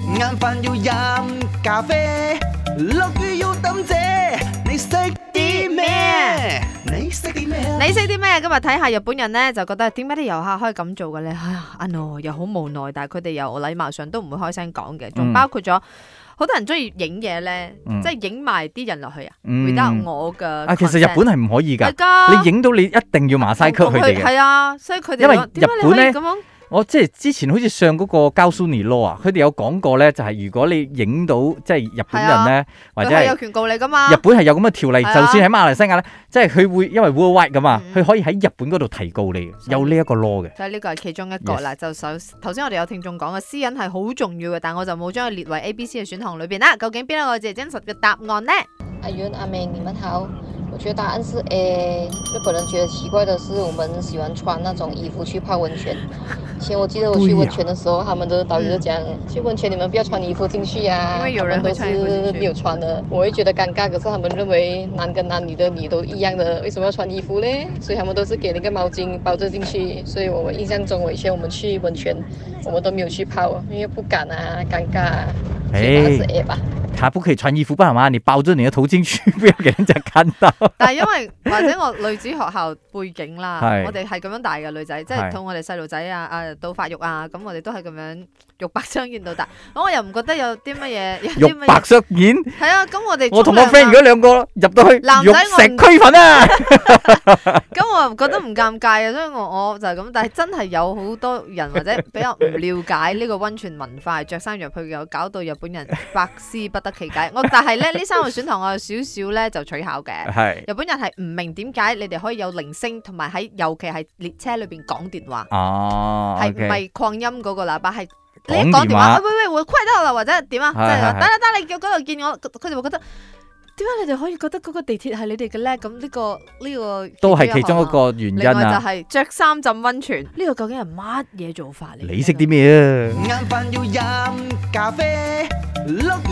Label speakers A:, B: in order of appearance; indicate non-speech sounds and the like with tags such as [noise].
A: 眼飯要飲咖啡，落雨要抌遮，你識啲咩？你識啲咩啊？
B: 你識啲咩？今日睇下日本人咧，就覺得點解啲遊客可以咁做嘅 [laughs] 咧？哎呀，阿諾又好無奈，但係佢哋又禮貌上都唔會開聲講嘅，仲
C: 嗯
B: 包括咗好多人中意影嘢咧，
C: 嗯
B: 即係影埋啲人落去啊
C: 嗯
B: ，without 我嘅 consent。
C: 啊，其實日本係唔可以㗎
B: 係，㗎，
C: 你影到你一定要馬
B: 晒
C: 賽曲佢哋嘅。
B: 係啊，所以佢哋
C: 因為
B: 話點解你
C: 日本
B: 可以
C: 咧
B: 咁樣？
C: 我即係之前好似上嗰個交蘇尼羅啊，佢哋有講過咧，就係如果你影到即係日本人咧，或
B: 佢
C: 者
B: 係
C: 係
B: 有。權告你噶嘛
C: 日？本係有咁嘅條例，
B: 係啊
C: 就算喺馬來西亞咧，即係佢會因為 worldwide 噶嘛，
B: 嗯
C: 佢可以喺日本嗰度提告你嘅，有呢一個 law 嘅。
B: 就係呢個係其中一個啦。就首頭先我哋有聽眾講嘅私隱係好重要嘅，但我就冇將佢列為 A、B、C 嘅選項裏邊啦。究竟邊一個至係真實嘅答案呢？
D: 阿云、阿美，你们好。我觉得答案是 A。日本人觉得奇怪的是，我们喜欢穿那种衣服去泡温泉。以前我记得我
C: 不一
D: 去
C: 样
D: 温泉的时候，他们的导游就讲，去温泉你们不要穿衣服进去呀、啊，
B: 因为有人
D: 他
B: 会
D: 们
B: 穿衣服
D: 都
B: 进去
D: 是没有穿的。我会觉得尴尬，可是他们认为男跟男、女的你都一样的，为什么要穿衣服嘞？所以他们都是给了一个毛巾包着进去。所以我们印象中，我以前我们去温泉，我们都没有去泡，因为不敢啊，尴尬、啊。所以答案是 A 吧。
C: 他不可以穿衣服，不然嘛，你包着你的头巾去， [laughs] 不要给人家看到。
B: [laughs] 但係因為或者我女子學校背景啦，
C: 係
B: 我哋係咁樣大嘅女仔，即係
C: 係
B: 同我哋細路仔啊啊到發育啊，咁我哋都係咁樣肉白相見到大。 [laughs] 咁我又唔覺得有啲乜嘢，有
C: 肉
B: 啲乜
C: 白
B: 嘢
C: 相面，
B: 係啊。咁我哋
C: 我同
B: 沖
C: 我
B: 涼啊
C: friend 如果兩個入到去，
B: 男仔
C: 肉
B: 我唔
C: 石俱
B: [laughs]
C: 焚啊！
B: 咁我又覺得唔尷尬啊嘅，所以我我就係咁。但係真係有好多
C: [laughs]
B: 人或者比較唔了解呢個温泉文化，係着衫入去又搞到日本人百思不得其解。我但係咧呢三個選項我有少少咧就取巧嘅。
C: 係
B: 日本人係唔明點解你哋可以有鈴聲，同埋喺尤其係列車裏邊講電話，
C: 哦
B: 係唔
C: ，OK，
B: 係擴音嗰個喇叭係？你一
C: 講
B: 講電
C: 電
B: 話，
C: 話
B: 喂喂喂，我快到啦，或者點啊？即
C: 係
B: 係話
C: 係係
B: 得啦得啦，你叫嗰度見我，佢哋會覺得點解你哋可以覺得嗰個地鐵係你哋嘅咧？咁呢個呢個
C: 都係其中一個原因
B: 另外
C: 啊！
B: 就係着衫浸温泉，呢個究竟係乜嘢做法嚟？
C: 你識啲咩啊？
A: 眼飯要飲咖啡，落雨